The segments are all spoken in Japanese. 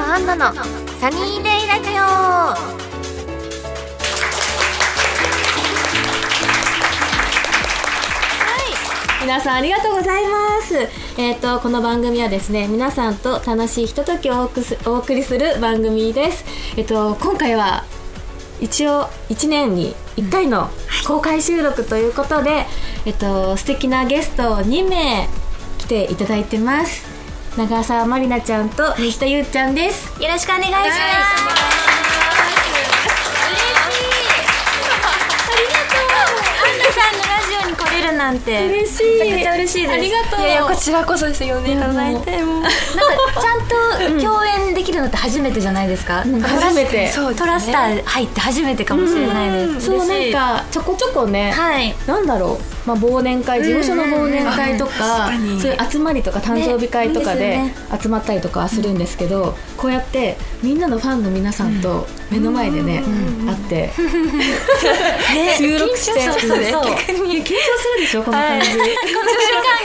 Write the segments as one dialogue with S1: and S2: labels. S1: アンナのサニーデイラジオ
S2: 皆さんありがとうございます。えっ、とこの番組はですね皆さんと楽しいひとときをお送すお送りする番組です。えっ、と今回は一応1年に1回の公開収録ということで、えっ、と素敵なゲスト2名来ていただいてます。長澤まりなちゃんと西田優ちゃんです。
S1: よろしくお願いします、嬉しいアンナさんのラジオに来れるなんて
S2: 嬉しい
S1: めちゃくちゃ嬉しいです
S2: ありがとう
S1: いやいやこちらこそですよねいただいてもうなんかちゃんと共演できるのって初めてじゃないですか、なんか
S2: 初めて
S1: トラストラスター入って初めてかもしれないです、
S2: そうなんかちょこちょこね、
S1: はい
S2: なんだろう、まあ、忘年会事務所の忘年会とか,、そういう集まりとか誕生日会とかで
S1: ねいいで
S2: 集まったりとかはするんですけど、こうやってみんなのファンの皆さんと目の前でね、会って、収録して
S1: 緊張するね
S2: そうそういや緊張するでしょこの感じ、
S3: わか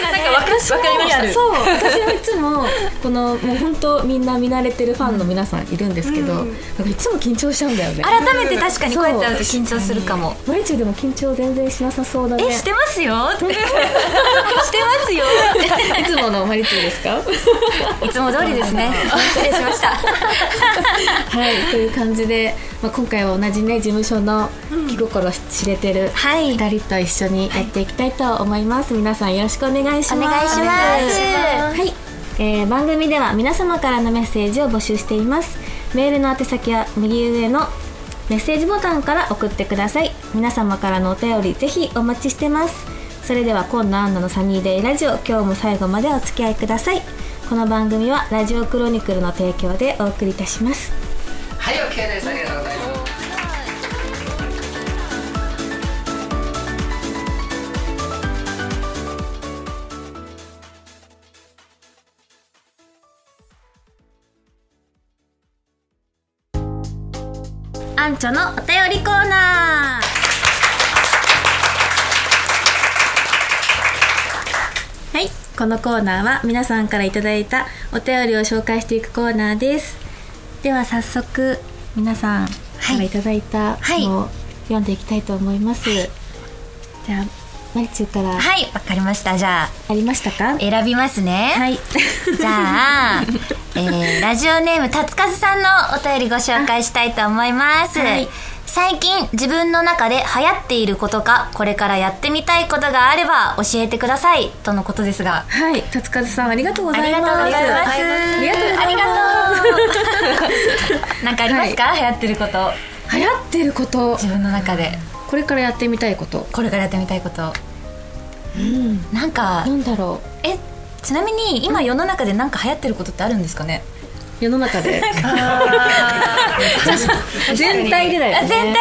S3: りました
S2: そう私はいつもこのもう本当みんな見慣れてるファンの皆さんいるんですけど、なんかいつも緊張しちゃうんだよね
S1: 改めて確かにこうやって会うと緊張するかも
S2: マリチュでも緊張全然しなさそうだね
S1: えしてますよって してますよ
S2: いつものマリチュですか
S1: いつも通りですね失礼しました
S2: はい、という感じで、まあ、今回は同じね事務所の気心知れてる
S1: はい
S2: 2人と一緒にやっていきたいと思います、皆さんよろしくお願いします
S1: お願いします
S2: はい、えー番組では皆様からのメッセージを募集していますメールの宛先は右上のメッセージボタンから送ってください皆様からのお便りぜひお待ちしてますそれでは今度アンナのサニーデイラジオ今日も最後までお付き合いくださいこの番組はラジオクロニクルの提供でお送りいたします
S3: はい、OK です。ありがとうございます。
S1: アンチョのお便りコーナー
S2: はい、このコーナーは皆さんからいただいたお便りを紹介していくコーナーです。では早速皆さんからいただいた
S1: はい
S2: のを読んでいきたいと思います。じゃあマリチューから
S1: はいわかりましたじゃあ
S2: ありましたか？
S1: 選びますね、
S2: はい。
S1: じゃあ、えーラジオネームたつかずさんのお便りご紹介したいと思います、
S2: はい
S1: 最近自分の中で流行っていることかこれからやってみたいことがあれば教えてくださいとのことですが
S2: はい、たつかずさんありがとうご
S1: あ
S2: ざ
S1: り
S2: い
S1: がと
S2: ます。
S1: うございます
S2: ありがとうございます。
S1: すなんかありますか、流行ってること
S2: 流行ってること、
S1: 自分の中で
S2: これからやってみたいこと。
S1: これからやってみたいこと
S2: うん。
S1: なんか
S2: なんだろ
S1: えちなみに今世の中でなんか流行ってることってあるんですかね
S2: う世の 中で。 全体でだよ
S1: あ
S2: ね。
S1: 全体の流行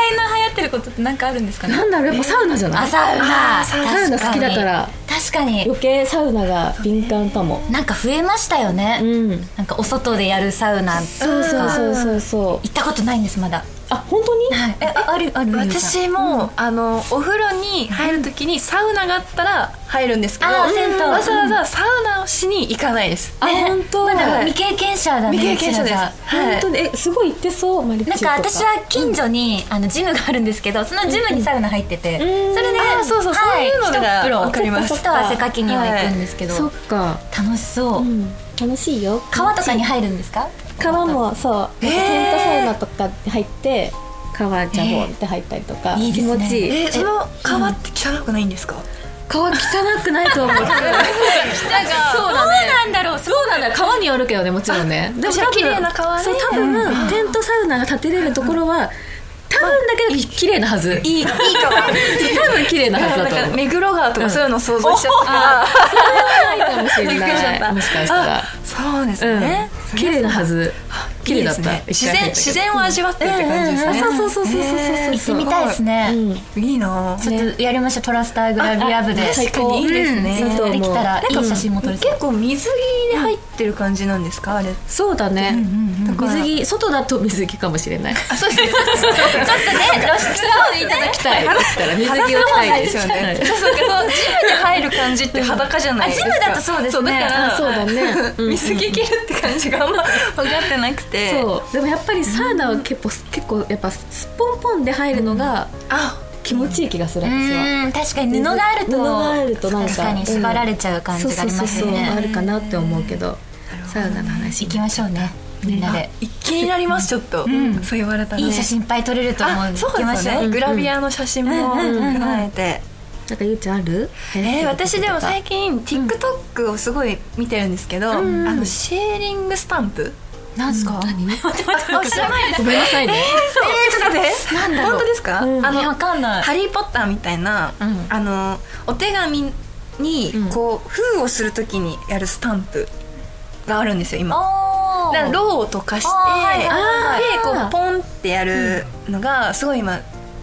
S1: ってることってなんかあるんですかね
S2: なんだろうやっぱサウナじゃない？
S1: あサウナ
S2: あサウナ好きだから
S1: 確かに確か
S2: 余計サウナが敏感かも。
S1: になんか増えましたよね、
S2: うん。
S1: なんかお外でやるサウナとか
S2: そうそうそうそうそう。
S1: 行ったことないんですまだ
S2: あ本当に？
S1: はいえああるある
S3: 私も、あのお風呂に入るときにサウナがあったら入るんですけど、
S1: あー銭湯
S3: わざわざサウナをしに行かないです。
S2: あ本当。
S1: まだ
S3: はい
S1: 未経験者だね
S3: 未経験者
S1: うち
S3: で
S1: ら
S3: す。
S1: が
S3: は
S2: 本
S3: い
S2: 当。にえすごい行ってそうマリッチ
S1: なん
S2: と
S1: か
S2: か。
S1: 私は近所に、あのジムがあるんですけどそのジムにサウナ入ってて、
S2: うん
S1: それで
S3: あーそうそう
S1: はい、
S3: そういうのなら
S1: 一風呂
S3: わかります
S1: 一汗かきには行くんですけど、
S2: そっか。
S1: 楽しそう、
S2: うん。楽しいよ。
S1: 川とかに入るんですか
S2: 川もそう。なんか
S3: えー
S2: テントサウナとか入って川ジャボンって入ったりとか
S1: えーいいで
S2: 気
S1: すね
S2: 持ちいい。
S3: えその川って汚くないんですか？
S2: 川汚くな いと思う。そうだね。
S1: なんだろう
S2: そうなんだよ川によるけどねもちろんねでも
S3: じゃあ綺麗な川ね
S2: そう多分、テントサウナが建てれるところは多分だけど綺麗なはずいいいい川多分綺麗なはず
S3: な
S2: だ
S3: ん
S2: と思
S3: か
S2: う
S3: 目黒川とかそういうのを想像しちゃったから。
S2: ないかもしれ
S3: びっくりしちゃ
S2: な
S3: っ
S2: い
S3: た
S2: もしかしたら
S3: そうです
S2: うん
S3: ね。
S2: 綺麗なはず綺麗だっ
S3: いい
S2: た
S3: ですね自然自然を味わってって感じです
S2: あ
S3: ね。
S2: そうそうそうそうそうそう
S1: 行って
S2: そう
S1: みたいですね、
S2: うん
S3: いいなぁ。
S1: ちょっとやりましょうトラスターグラビア部で
S2: ああ最高
S3: いいですね
S1: うんそうできたらい
S2: なんか
S1: い写真も撮れそう
S3: 結構水着で入ってる感じなんですかあれ？
S2: そうだね
S3: だから
S2: 水着外だと水着かもしれない
S3: あそうですね。
S1: ちょっとね露出顔でいただき
S2: 着たいだったら水着を着たいですよね
S3: そうそうけどジムで入る感じって裸じゃないですか。
S1: あジムだとそうですね
S3: だから
S2: あそうだねうん
S3: 水着着るって感じがあんま分かってなくて、て
S2: そうでもやっぱりサウナは結構、結構やっぱすっぽんぽんで入るのが
S3: あ
S2: 気持ちいい気がする、
S1: う
S2: 私は。
S1: ん確かに布があると
S2: 布があるとなんか
S1: 確かに縛られちゃう感じがありますよね
S2: そうそうそうそうあるかなって思うけどサウナの話
S1: 行きましょうねみんなで
S3: 気になりますちょっと、
S1: ん
S3: そう言われたら、
S1: いい写真いっぱい撮れると思うん
S3: あ
S1: で
S3: そう
S1: 行きま
S3: で
S1: し
S3: す
S1: ょ
S3: よ
S1: う
S3: ねグラビアの写真も踏まえて、
S2: なんかゆうちゃんある
S3: えー私でも最
S2: 近
S3: 近 TikTok をすごい見てるんですけど、あのシェーリングスタンプ、
S1: なんすか
S2: 何
S3: あ知らないです
S2: ごめんなさいね、
S3: そうえー、ちょっと待って本当ですか、
S2: うん
S3: あ
S1: あ
S3: の
S1: のわかんない
S3: ハリー・ポッターみたいな、
S1: うん
S3: あのお手紙に
S2: うん
S3: こう封をするときにやるスタンプがあるんですよ今
S1: お
S3: だから
S1: ー
S3: ローを溶かして、
S1: あーはいはい
S2: はい
S3: でこうポンってやるのがすごい今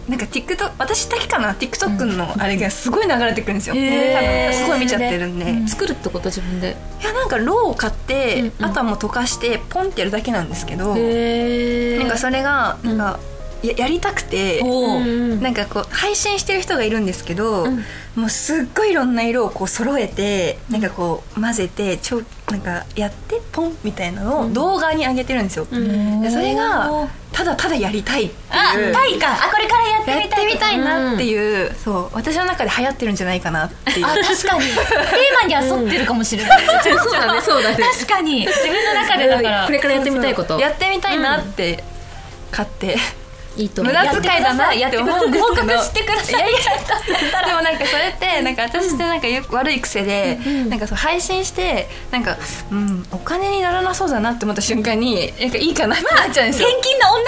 S3: なんか TikTok 私だけかな TikTok のあれがすごい流れてくるんですよ、
S2: へー
S3: 多分すごい見ちゃってるんで、
S1: うん
S2: 作るってこと自分で
S3: いやなんかローを買って、
S2: うんうん
S3: あとはもう溶かしてポンってやるだけなんですけど、
S2: へ
S3: なんかそれがなんか、ややりたくて
S1: おー
S3: なんかこう配信してる人がいるんですけど、
S2: うん
S3: もうすっごいいろんな色をこう揃えてなんかこう混ぜてちょなんかやってポンみたいなのを動画に上げてるんですよ、
S2: ん
S3: でそれ
S1: お
S3: が
S1: ー
S3: ただただやりたいっていう
S1: あタイかあこれからやって
S3: や
S1: み
S3: って
S1: たい
S3: みたいなっていう、そう私の中で流行ってるんじゃないかなっていう
S1: あ確かにテーマには沿ってるかもしれない
S2: そうだねそうだね
S1: 確かに自分の中でだから
S2: これからやってみたいこと
S3: やってみたいなって買って、
S2: いいと思
S3: 無
S2: う
S3: 駄遣いだなって思うんですけど
S1: 報告してください
S3: でもなんかそれってなんか私ってなんかよく悪い癖で、なんかそう配信してなんか、うん、お金にならなそうだなって思った瞬間になんかいいかなってなっちゃうんですよ、
S1: 現金な女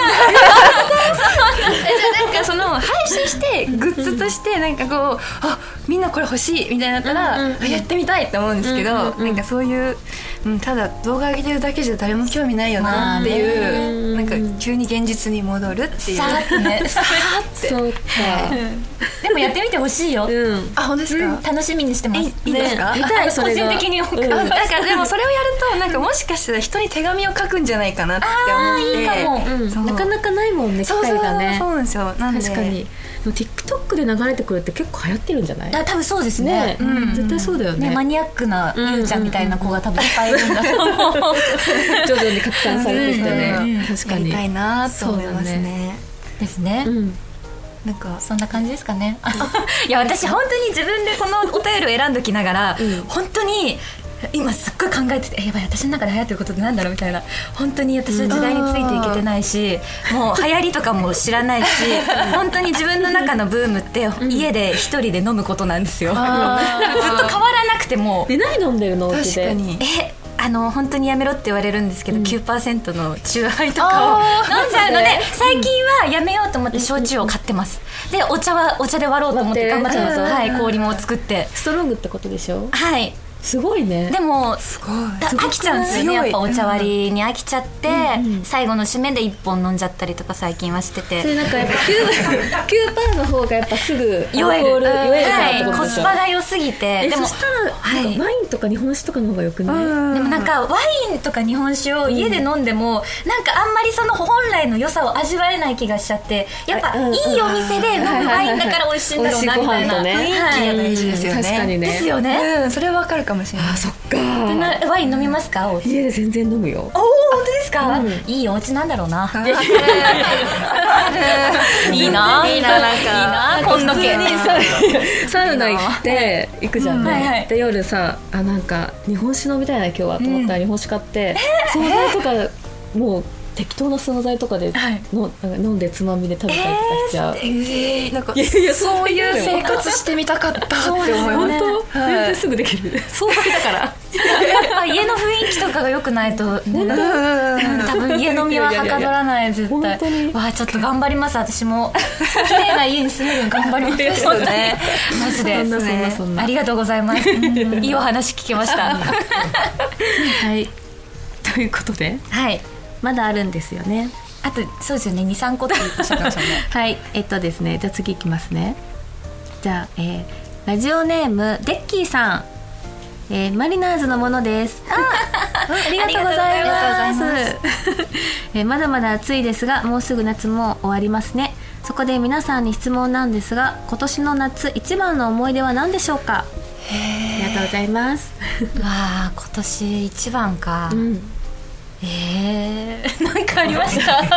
S3: えなんかその配信してグッズとしてなんかこうあみんなこれ欲しいみたいになったら、あやってみたいって思うんですけど、なんかそういう、うん、ただ動画上げてるだけじゃ誰も興味ないよなっていう、
S2: まあね
S3: なんか急に現実に戻るっていう
S1: さーってねさ
S3: て
S2: そうか
S1: でもやってみてほしいよ
S2: うん
S3: あ本当ですか、
S1: 楽しみにしてま
S3: え
S1: す
S3: いいですか、
S2: ね見たいそれが
S1: 個人的に送る
S2: うん
S3: あなんかでもそれをやるとなんかもしかしたら人に手紙を書くんじゃないかなって思って
S1: あーいいかも
S2: うん
S3: そう
S2: なかなかないもんね機
S3: そうそ
S2: 会
S3: うそう
S2: がね
S3: そうなんですよなんで
S2: 確かにでも TikTok で流れてくるって結構流行ってるんじゃない
S1: あ多分そうです
S2: ね
S1: ね
S3: うん
S2: 絶対そうだよ
S1: ね
S2: ね
S1: マニアックなゆうちゃんみたいな子が多分いっぱいいるんだと思う
S2: 徐々に拡散されてきて
S3: うんうん
S2: ね
S3: うん
S2: 確か
S3: やり
S2: に
S3: たいなと思いますね
S1: ですね
S2: うん
S3: なんか
S1: そんな感じですかね いや私本当に自分でこのお便りを選んどきながら、
S2: うん
S1: 本当に今すっごい考えててえやばい私の中で流行ってることってなんだろうみたいな本当に私は時代についていけてないし、もう流行りとかも知ら ないし本当に自分の中のブームって家で一人で飲むことなんですよ
S3: あー
S1: なんか ずっと変わらなくても
S2: で何飲んでるのお家
S3: 確か
S2: で
S3: に
S1: えあの本当にやめろって言われるんですけど、9%の酎ハイとかを飲んじゃう ので最近はやめようと思って焼酎を買ってますでお茶はお茶で割ろうと思って頑
S2: 割
S1: 張
S2: っ
S1: っててます、
S2: うん
S1: はい、氷も作って
S2: ストロングってことでしょ
S1: はい
S2: すごいね
S1: でも
S3: すごい
S1: だ飽きちゃうんですよね
S3: 強
S1: や
S3: い
S1: っぱお茶割りに飽きちゃって、最後の締めで1本飲んじゃったりとか最近はして
S2: そ
S1: て
S2: れなんかやっぱ9 9パーの方がやっぱすぐアルコ
S1: 酔える
S2: ール酔えるからってこ
S1: はい、
S2: と
S1: コ
S2: でし
S1: ス
S2: ょ
S1: パが良すぎて
S2: え
S1: でも
S2: そしたら
S1: はい
S2: なんかワインとか日本酒とかの方がよくない
S1: でもなんかワインとか日本酒を家で飲んでも、なんかあんまりその本来の良さを味わえない気がしちゃってやっぱい
S2: うんうん
S1: いお店で飲むワインだから美味しいんだろうなみたいな、
S2: 美味しいご飯とね
S1: はい
S3: が大事ですよ
S2: う
S3: ね
S2: ん確かにね
S1: ですよね、
S3: うんそれはわかるかもしれない
S2: あそっか
S1: でなワイン飲みますかお家
S2: 家で全然飲むよ
S1: おお本当ですか、いいお家なんだろうな
S3: ー
S1: いいない
S3: いななん
S1: いいな
S3: か
S1: こんな系
S2: サウナ行って行くじゃんね、
S1: うんはいはい
S2: で夜さあなんか日本酒飲みたいな今日はと思ったら日本酒買って、惣菜とか、もう適当な惣菜とかで
S3: はい
S2: の、なんか飲んでつまみで食べたりとかしちゃう、
S3: えーなんか
S2: いやいや
S3: そういう生活してみたかったって思います
S2: 本当、
S3: はい
S2: 全然すぐできる惣菜だから
S1: やっぱ家の雰囲気とかが良くないと、ね、多分家飲みははかどらない絶
S2: 本
S1: 対
S2: 当に
S1: わあちょっと頑張ります私も 綺麗な家に住めるように頑張ります
S3: そうね
S1: マジで
S2: そんなそんなそんな
S1: ありがとうございますいいお話聞けました
S2: はいということで
S1: はい
S2: まだあるんですよね
S1: あとそうですよね23個っておっしゃってましたもんね
S2: はい、えっとですね、じゃあ次いきますね。じゃあ、えーラジオネームデッキーさん、えーマリナーズのものです。あ、 ありがとうございます。
S1: あり
S2: えーまだまだ暑いですが、もうすぐ夏も終わりますね。 そこで皆さんに質問なんですが、今年の夏一番の思い出は何でしょうか。ありがとうございます。
S1: わあ今年一番か、
S2: うん、
S1: えー、なんかありました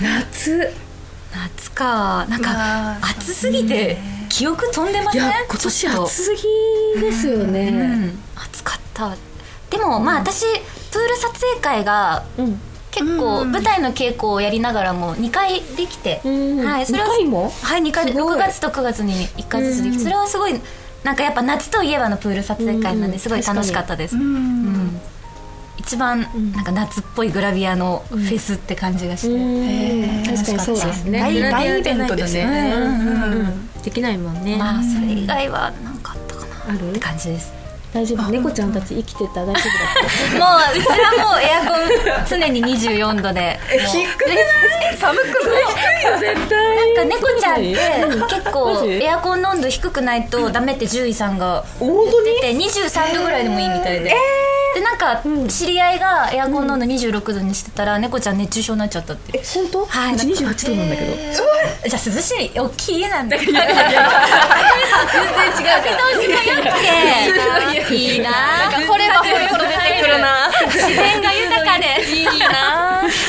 S3: 夏
S1: 夏かなんか
S3: まあ
S1: 暑すぎて記憶飛んでま
S2: い
S1: せん
S2: や今年
S1: ちょっと
S2: 暑すぎですよね、
S1: うん、暑かったでもまあ私プール撮影会が
S2: うん
S1: 結構
S3: うん
S1: 舞台の稽古をやりながらも2回できて、
S2: うん
S1: はい、それは
S2: 二回も
S1: はい2回
S2: すごい
S1: 6月と9月に1回ずつできて、
S2: うん
S1: それはすごいなんかやっぱ夏といえばのプール撮影会なんですごい楽しかったです、
S3: ん
S1: うん一番
S2: ん
S1: なんか夏っぽいグラビアのフェスって感じがして、
S2: うん
S1: 楽
S2: 確
S1: し
S2: かに
S1: かった
S2: そうですね
S1: 大
S3: 大イベントだね
S1: うんうんうん
S2: できないもんね、
S1: まあそれ以外は何かあったか
S2: あ
S1: なっ
S2: る
S1: て感じです
S2: 大丈夫猫ちゃんたち生きてた大丈夫だっ
S1: もううちはもうエアコン常に24度で
S3: 低くない寒くない
S2: た絶対
S1: なんか猫ちゃんって結
S2: マ
S1: 構
S2: ジ
S1: エアコンの温度低くないとダメって獣医さんが
S2: 本当
S1: 出て23度ぐらいでもいいみたいで、でなんか知り合いがエアコンの温度26度にしてたら猫ちゃん熱中症になっちゃったって
S2: え本当
S1: はい
S2: 1 28度なんだけど、
S1: じゃあ涼しい大きい家なんだけど
S2: 全然違うから
S1: いいな
S3: 掘れば掘るほど出てくるな
S1: 自然が豊かでいいな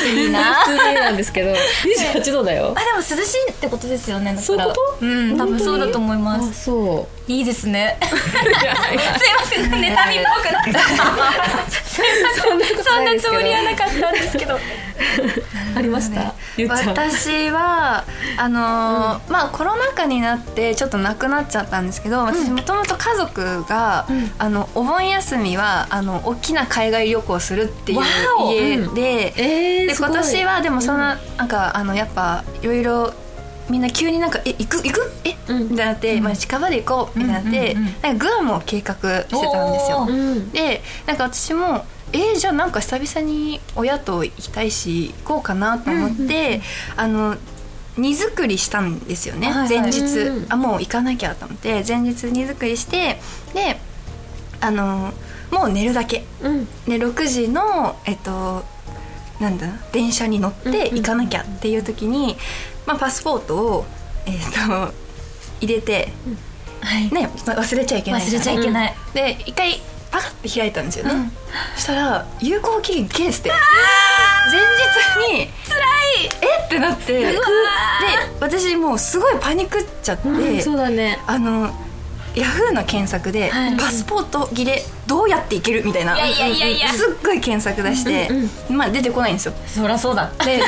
S1: いいな
S2: 普通の家なんですけど28度だよ
S1: あでも涼しいってことですよねだから
S2: そういうこと
S1: うん多分そうだと思いま
S2: あ
S1: す
S2: そ
S1: いいです ねすいません妬みっぽくなっちゃったすいません そんなつもりはなかったんですけど
S2: うあり ましたゆっちゃん
S3: 私はあのーまあコロナ禍になってちょっとなくなっちゃったんですけど私もともと家族が、あのお盆休みはあの大きな海外旅行をするっていう
S1: わお
S3: 家
S2: うん
S3: で、
S2: えー
S3: です
S2: ごい
S3: 今年はでもそんな,、なんかあのやっぱいろいろみんな急になんか「え行く行くえ
S2: うん
S3: みたいになって、まあ、近場で行こうみたいになって、
S1: うんうんうん
S3: なんかグアムを計画してたんですよ
S1: おー。
S2: うん
S3: でなんか私もえー、じゃあなんか久々に親と行きたいし行こうかなと思って、あの荷造りしたんですよね、
S1: はいはい
S3: 前日、
S2: うん
S3: あもう行かなきゃと思って前日荷造りしてであのもう寝るだけ
S2: うん
S3: で6時のえっとなんだ電車に乗って行かなきゃっていう時に、まあ、パスポートを、えっと入れて、
S1: はい
S3: ね、忘れちゃいけない
S1: 忘れちゃ
S3: い
S1: いけない
S3: で一回パカッて開いたんですよね、そしたら有効期限切れてて前日に辛いえってなってで私もうすごいパニックっちゃって、
S2: うんそうだね
S3: あのヤフーの検索で、
S1: はい
S3: パスポート切れどうやっていけるみたいない
S1: やいやいやいや
S3: すっごい検索出して、
S2: うん
S3: まあ出てこないんですよ
S1: そりゃそうだ
S3: でで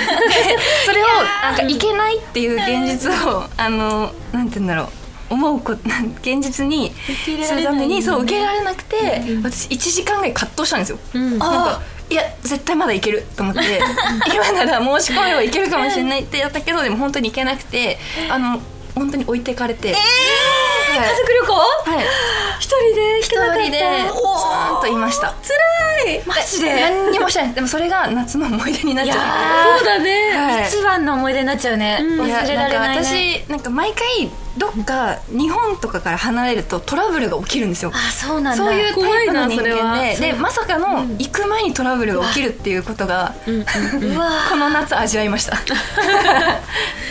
S3: それをなんかいけないっていう現実をあのなんて言うんだろう思うこと なん現実に
S2: け入れら
S3: す
S2: れ
S3: る
S2: な
S3: た
S2: いんだね
S3: めにそう受け入れられなくて、私1時間ぐらい葛藤したんですよ、
S2: うん
S3: なんかいや絶対まだいけると思って今なら申し込めばいけるかもしれないってやったけどでも本当にいけなくてあの本当に置いてかれて、はい
S1: 家族旅行
S3: はい、
S1: 一人で一
S3: 一人でずーんといました
S1: 辛いマジで
S3: 何にもしてないでもそれが夏の思い出になっちゃった
S1: そうだ
S3: はい
S1: 一番の思い出になっちゃうね
S2: ん
S1: 忘
S3: いや
S1: れられない
S3: んか
S1: ね
S3: 私なんか毎回どっか日本とかから離れるとトラブルが起きるんですよ
S1: あそうなんだ
S3: そういうタイプの人間
S2: 怖いな
S3: で
S2: それ
S3: で
S2: は
S3: まさかの行く前にトラブルが起きるっていうことが
S2: うん
S1: うわ
S3: この夏味わいました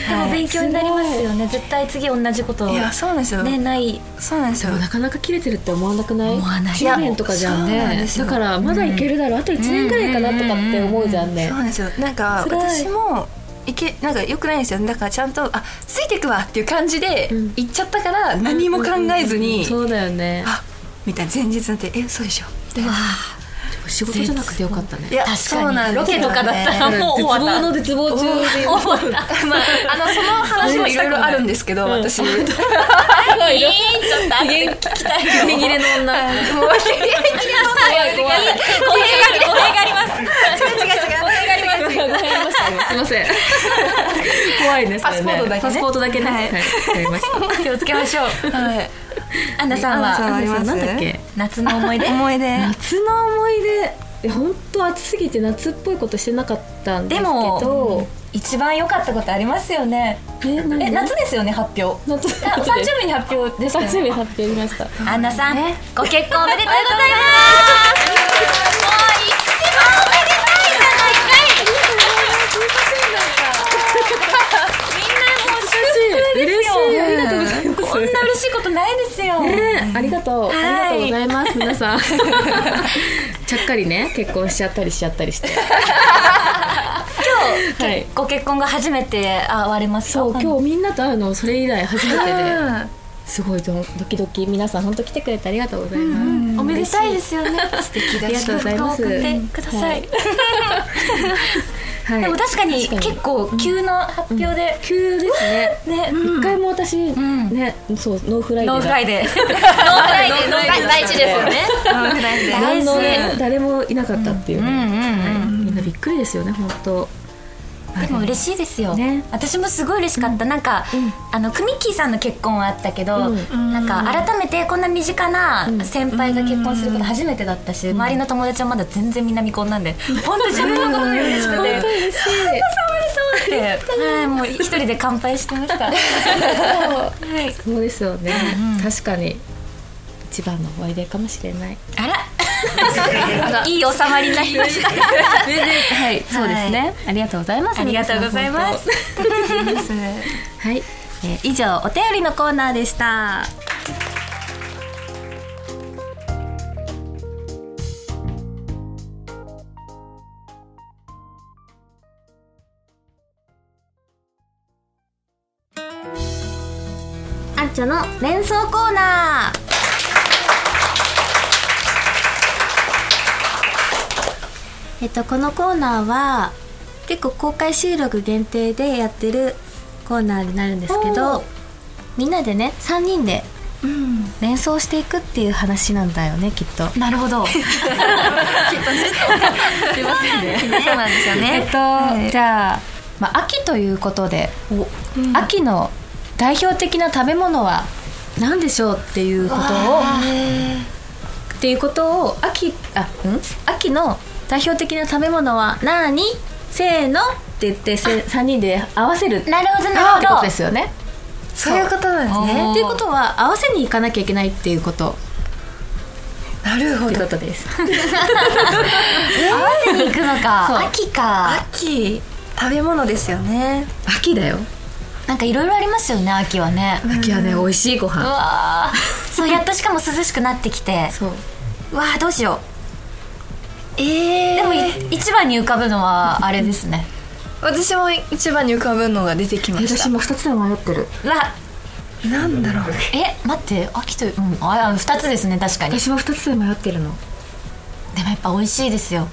S1: でも勉強になりますよね絶対次同じことを
S3: いやそうなんですよ、
S1: ねない
S3: そうなんですよ
S2: でもなかなか切れてるって思わなくない
S1: 思わない
S2: 10年とかじゃん
S3: いやそうなん
S2: ね
S3: ですよ
S2: だからまだいけるだろうあと1年ぐらいかなとかって思うじゃんね
S3: そうなんですよなんか
S2: 辛い
S3: 私もいけなんか良くないんですよだからちゃんとあついてくわっていう感じで
S2: うん
S3: 行っちゃったから何も考えずに、
S2: そうだよね
S3: あみたいな前日になってえ嘘でしょ
S1: うわ
S2: 仕事じゃなくてよかったね
S3: いや
S1: 確かに
S3: そうなんですよね
S1: ロケとかだったらもう
S2: 絶
S1: 終わった
S2: 望の絶望中で
S1: 終わった
S3: まあ、あのその話もいろいろあるんですけど、
S2: ん
S3: 私、もう
S1: いいちょっと元気聞きたいよ
S2: 切れの女怖い
S1: 語
S2: 怖い
S1: 弊が語弊があります
S2: ごめんなさいすいません怖いねそれね
S3: パスポートだけ
S2: パスポートだけね
S3: ねはい
S2: はいわかりました
S1: 気をつけましょう
S3: はい、
S1: アンナさん
S3: アンナさん
S1: は
S3: はあります
S2: なんだっけ
S1: 夏の思い出
S3: 思い出
S2: 夏の思い出いや本当暑すぎて夏っぽいことしてなかったんです
S1: で
S2: け
S1: も
S2: ど
S1: 一番良かったことありますよね
S2: え何
S1: え夏ですよね発表
S2: 夏
S1: あ誕生日に発表でした
S2: 誕
S1: よね
S2: 生日発表しました
S1: アンナさんご結婚おめでとうございますもう一番おめでたいじゃないかいみんなもう
S2: 嬉しい嬉しいありがとうございます
S1: こんな嬉しいことないですよ、
S2: ねありがとう、
S1: はい
S2: ありがとうございます皆さんちゃっかりね結婚しちゃったりしちゃったりして今日はい
S1: ご結婚が初めて会われますか
S2: そう今日みんなと会うのそれ以来初めてで
S3: うん
S2: すごいドドキドキ皆さん本当来てくれてありがとうございます、
S1: おめでたいですよね
S3: 素敵
S2: あ
S3: だ
S2: りが
S3: し
S2: とうございます
S1: 祝福を送ってください、
S2: はい、
S1: でも確かに
S2: 確かに
S1: 結構急な発表で、
S2: 急ですね
S1: ね、
S2: 一回も私、
S1: ん
S2: ねそうノーフライデー
S1: ノー
S2: だ
S1: フライデーノーフライデーノーフライデー大事ですよね大
S2: 何
S1: 事
S2: のね誰もいなかったっていうね、
S1: うんうんうん
S2: はいみんなびっくりですよね本当
S1: でも嬉しいですよ、
S2: ね
S1: 私もすごい嬉しかった、なんか、
S2: ん
S1: あのクミッキーさんの結婚はあったけど、
S2: うん
S1: なんか改めてこんな身近な先輩が結婚すること初めてだったし、周りの友達はまだ全然みんな未婚なんで、本当自分のことが嬉しくて、
S2: 本当嬉しい
S1: おめでとうって、はい、もう一人で乾杯してましたはい
S2: そうですよね、確かに一番の思い出かもしれない
S1: あらいい収まりになりました
S2: はいそうですね、ありがとうございます
S1: ありがとうございま
S2: 皆
S1: す
S2: さん本当はい
S1: えー以上お便りのコーナーでしたあっちゃの連想コーナー
S4: えっと、このコーナーは結構公開収録限定でやってるコーナーになるんですけどみんなでね3人で連想していくっていう話なんだよねきっと。
S1: なるほ ど
S4: そうなんですよね。えっと、じゃあ、まあ、秋ということで、秋の代表的な食べ物は何でしょうっていうことをっていうことを秋あうん秋の代表的な食べ物は何せーのって言ってせ3人で合わせるって
S1: なるほどなる
S4: こと
S1: ほ
S4: で
S1: ど
S4: すよね。
S3: そういうことなんですね
S1: おー
S4: っていうことは合わせに行かなきゃいけないっていうこと
S3: なるほ
S4: って
S3: ど
S4: ことです。
S1: 合わせに行くの
S4: そう
S1: か秋か
S3: 秋食べ物ですよね
S4: 秋だよ。
S1: なんかいろいろありますよね秋はね
S4: 秋はね美味しいご飯。
S1: わーそうやっとしかも涼しくなってきて
S4: そう。
S1: うわーどうしよう
S3: え
S1: でもい一番に浮かぶのはあれですね
S3: 私も一番に浮かぶのが出てきました
S4: 私も2つで迷ってる。
S1: ら
S3: なんだろうね
S1: え待って秋とうんあ2つですね確かに
S4: 私も2つで迷ってるの。
S1: でもやっぱ美味しいですよ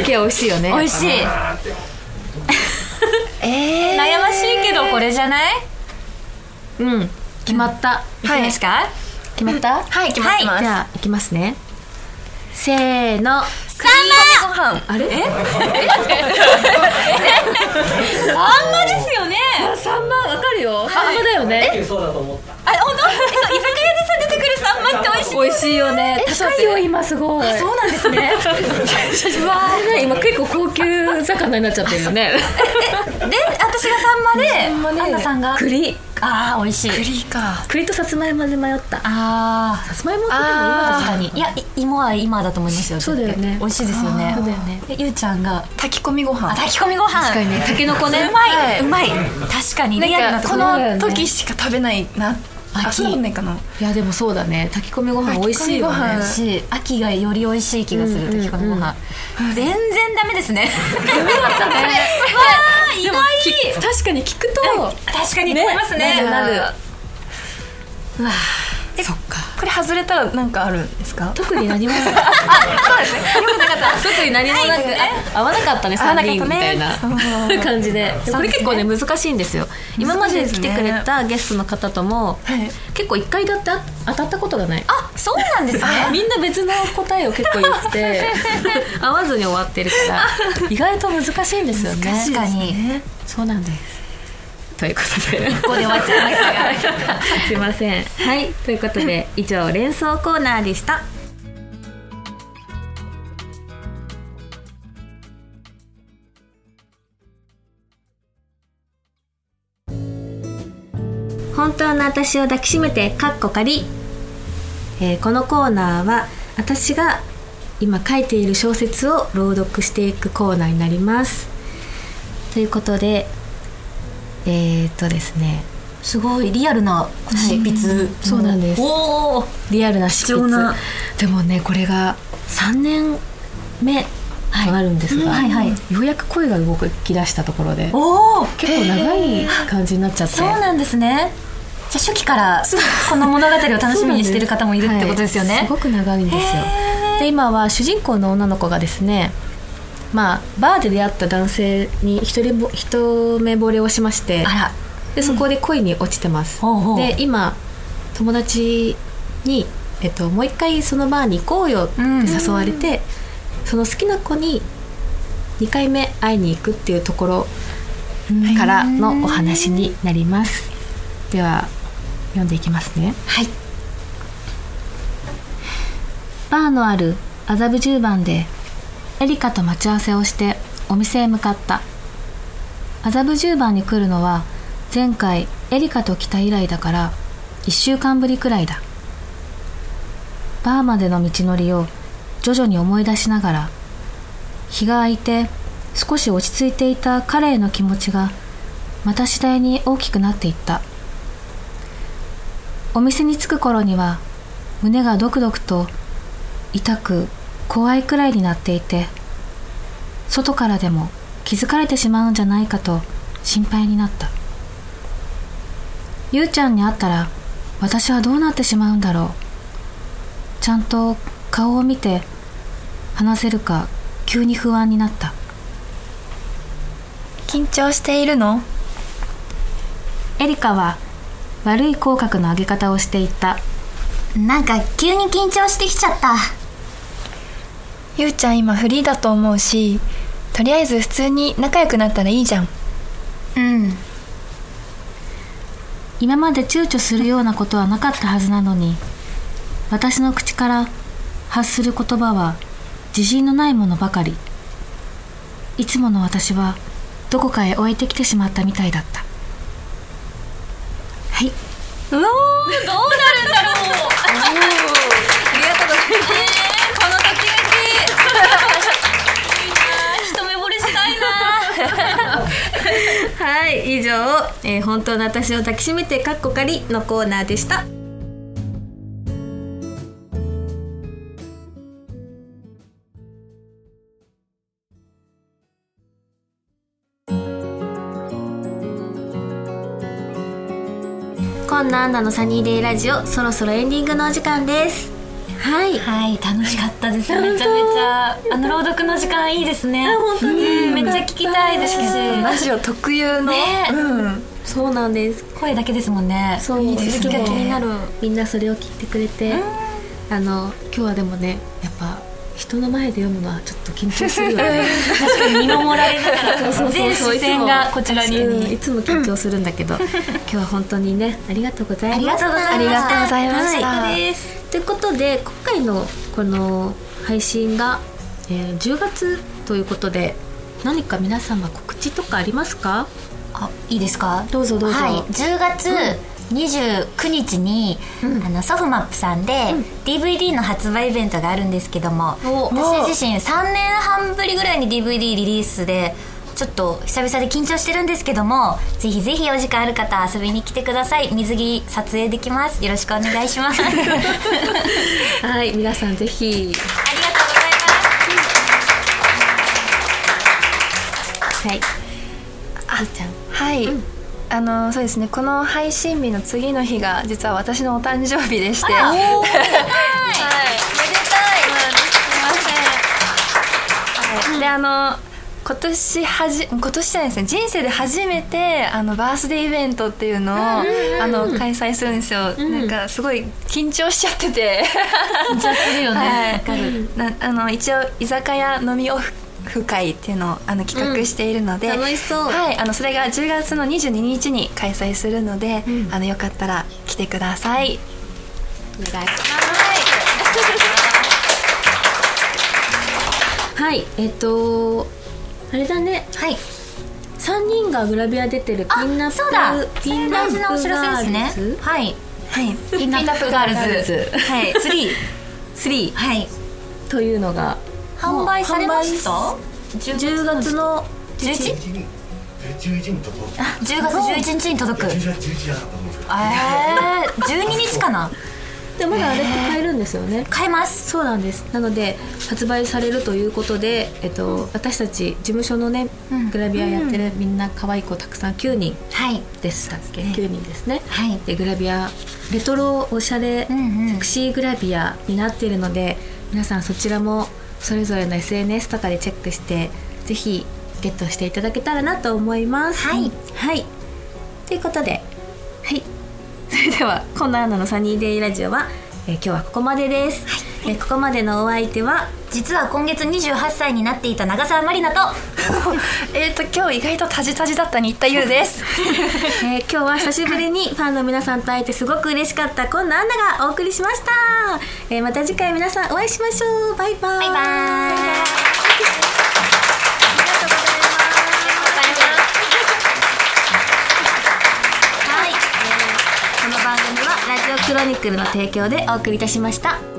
S4: 秋は美味しいよね。
S1: 美味しいえー、悩ましいけどこれじゃない
S4: うん、決まった。
S1: いきますか
S4: 決まった。
S3: はい決まってます、
S4: じゃあ、行きますね。せーの。
S1: サンマご飯
S4: あれ。
S1: サンマですよね
S4: サンマ、わかるよ。サンマだよね。
S1: あ本当えそう居酒屋でさ出てくるサンマって美味しい
S4: 美味しいよね。高いよ、今すごい。
S1: そうなんです ねうわー
S4: ね今結構高級魚になっちゃってるよね。
S1: で私がサンマでアンナさんが
S4: 栗、
S1: あー美味しい
S3: 栗か
S4: 栗とさつまいもで迷った。
S1: あ
S4: さつまいもってでも
S1: あ
S4: 今
S1: 確かにいやい芋は今だと思いますよ
S4: そうだよね
S1: 絶対美味しいですよね
S4: そうだよね
S1: でゆうちゃんが
S3: 炊き込みご飯
S1: あ炊き込みご飯
S4: 確かにね、たけのこね
S1: う。まい、うまい確かにリアル
S3: な
S1: なんと
S3: か
S1: こ
S3: こ
S1: ろ
S3: の時しか食べないなあ
S4: 秋
S3: そうでもないかない
S4: や、でもそうだね。炊き込みご飯美味しいよね
S3: 炊き込みご
S1: 美。味しい秋がより美味しい気がする、
S4: うんうんうん
S1: 炊き込みご飯、全然ダメですね
S4: でもき確かに聞くと。
S1: 確かに思いますね
S4: なるなる
S3: そっかこれ外れたらなんかあるんですか
S4: 特に何もなく特に何もなくあ合わなかったね
S3: 合わな
S4: 3
S3: かった
S4: 人み
S3: ね
S4: たいな 感じででもこれ結構ね難しいんですよ今まで来てくれたゲストの方とも
S3: はい
S4: 結構1回だってあ当たったことがない
S1: あそうなんですね
S4: みんな別の答えを結構言って合わずに終わってるから意外と難しいんですよね
S1: 確かに、
S4: そうなんですということで
S1: ここで終わっちゃいましたが
S4: すいませんはいということで以上連想コーナーでした
S2: 本当の私を抱きしめてかっこかり、えーこのコーナーは私が今書いている小説を朗読していくコーナーになりますということでえー、っとですね
S5: すごいリアルな執筆、
S2: そうなんです
S5: おお
S2: リアルな執
S5: 貴重
S2: 筆
S5: な
S2: でもねこれが3年目となるんですが、
S5: はいはいはい
S2: ようやく声が動き出したところで
S5: おお
S2: 結構長い感じになっちゃって、
S5: そうなんですねじゃあ初期からこの物語を楽しみにしてる方もいるってことですよ
S2: はい
S5: ね
S2: すごく長いんですよで今は主人公の女の子がですねまあバーで出会った男性に一人ぼ一目惚れをしまして
S5: あら
S2: でそこで恋に落ちてます、
S5: ほうほう
S2: で今友達に、えっと、もう一回そのバーに行こうよって
S5: うん
S2: 誘われて、その好きな子に2回目会いに行くっていうところからのお話になりますでは読んでいきますね
S5: はい
S2: バーのある麻布十番でエリカと待ち合わせをしてお店へ向かった麻布十番に来るのは前回エリカと来た以来だから1週間ぶりくらいだバーまでの道のりを徐々に思い出しながら日が空いて少し落ち着いていた彼への気持ちがまた次第に大きくなっていったお店に着く頃には胸がドクドクと痛く怖いくらいになっていて外からでも気づかれてしまうんじゃないかと心配になったゆうちゃんに会ったら私はどうなってしまうんだろうちゃんと顔を見て話せるか急に不安になった
S3: 緊張しているの
S2: エリカは悪い口角の上げ方をしていった
S1: なんか急に緊張してきちゃった
S3: ゆうちゃん今フリーだと思うしとりあえず普通に仲良くなったらいいじゃん
S1: うん
S2: 今まで躊躇するようなことはなかったはずなのに私の口から発する言葉は自信のないものばかりいつもの私はどこかへ置いてきてしまったみたいだったはいう
S5: おーどうなるんだろうありがとうございます、えー、このドキドキいいなー一目惚れしたいな
S6: はい以上、えー本当の私を抱きしめてかっこかり」のコーナーでした今度アンナのサニーデイラジオそろそろエンディングのお時間ですはい
S5: はい楽しかったですめちゃめちゃあの朗読の時間いいですね本当にめっちゃ聞きたいですし
S3: ラジオ特有の、
S5: ね
S3: うん、
S6: そうなんです
S5: 声だけですもんね
S6: そう
S5: 続きが気になる
S6: みんなそれを聞いてくれてあの今日はでもねやっぱ人の前で読むのはちょっと緊張するよね
S5: 確かに見守られなが ら全視線がこちらに
S6: うんいつも緊張するんだ けど、今日は本当にねありがとうございました
S5: ありがとうございました
S6: はい
S5: です
S6: ということで今回のこの配信が、えー10月ということで何か皆様告知とかありますか
S1: あいいですか
S6: どうぞどうぞ、
S1: はい、10月29日に、あのソフマップさんで DVD の発売イベントがあるんですけども、
S6: お
S1: 私自身3年半ぶりぐらいに DVD リリースでちょっと久々で緊張してるんですけどもぜひぜひお時間ある方遊びに来てください水着撮影できますよろしくお願いし ますありがとうございま
S6: はい皆さんぜひ
S1: す
S6: はいあちゃん
S3: はい、あのそうですねこの配信日の次の日が実は私のお誕生日でしてはいおめでたいすいません、はい、であの今年はじ今年じゃないですね人生で初めてあのバースデーイベントっていうのを、あの開催するんですよ、なんかすごい緊張しちゃっててはい、なあの一応居酒屋飲みオフ会っていうのをあの企画しているので、
S6: うん楽しそう
S3: はい、あのそれが10月の22日に開催するので、あのよかったら来てください。
S6: お願いしますはいえっ、とあれだね
S1: はい
S6: 3人がグラビア出てるピンナッ
S1: あ
S6: プ
S1: そうだ
S6: ピンナッ
S1: 大
S6: プ
S1: 事なお知らせです
S6: ガール
S1: ね
S6: ズ
S1: はい
S3: はい、
S1: ピンナップガールズはい
S6: 3
S1: はい
S6: というのが
S1: 販売されました
S6: 10月の
S1: 11?
S6: 11日に届く
S7: 10月11日に届くえ
S6: 11日だったと思うんですけど
S7: えー、12日かな
S2: でまだあれって買えるんですよね
S7: 買えます
S2: そうなんですなので発売されるということで、えっと、私たち事務所のね、グラビアやってるみんな可愛い子たくさん9人
S7: はい
S2: でしたっけ9人ですね
S7: はい
S2: でグラビアレトロおしゃれ、
S7: んうん
S2: セクシーグラビアになっているので皆さんそちらもそれぞれの SNS とかでチェックしてぜひゲットしていただけたらなと思います
S7: はい、
S2: はい、ということではいそれではこんなアナのサニーデイラジオは、えー今日はここまでです、えーここまでのお相手は
S7: 実は今月28歳になっていた長澤まりなと
S3: えっと今日意外とタジタジだった新田優です
S2: えー今日は久しぶりにファンの皆さんと会えてすごく嬉しかった今野アンナがお送りしました、えーまた次回皆さんお会いしましょうバイバイ
S7: バイバーイありがとうございますはい、えー、この番組は
S2: ラジオクロニクルの提供でお送りいたしました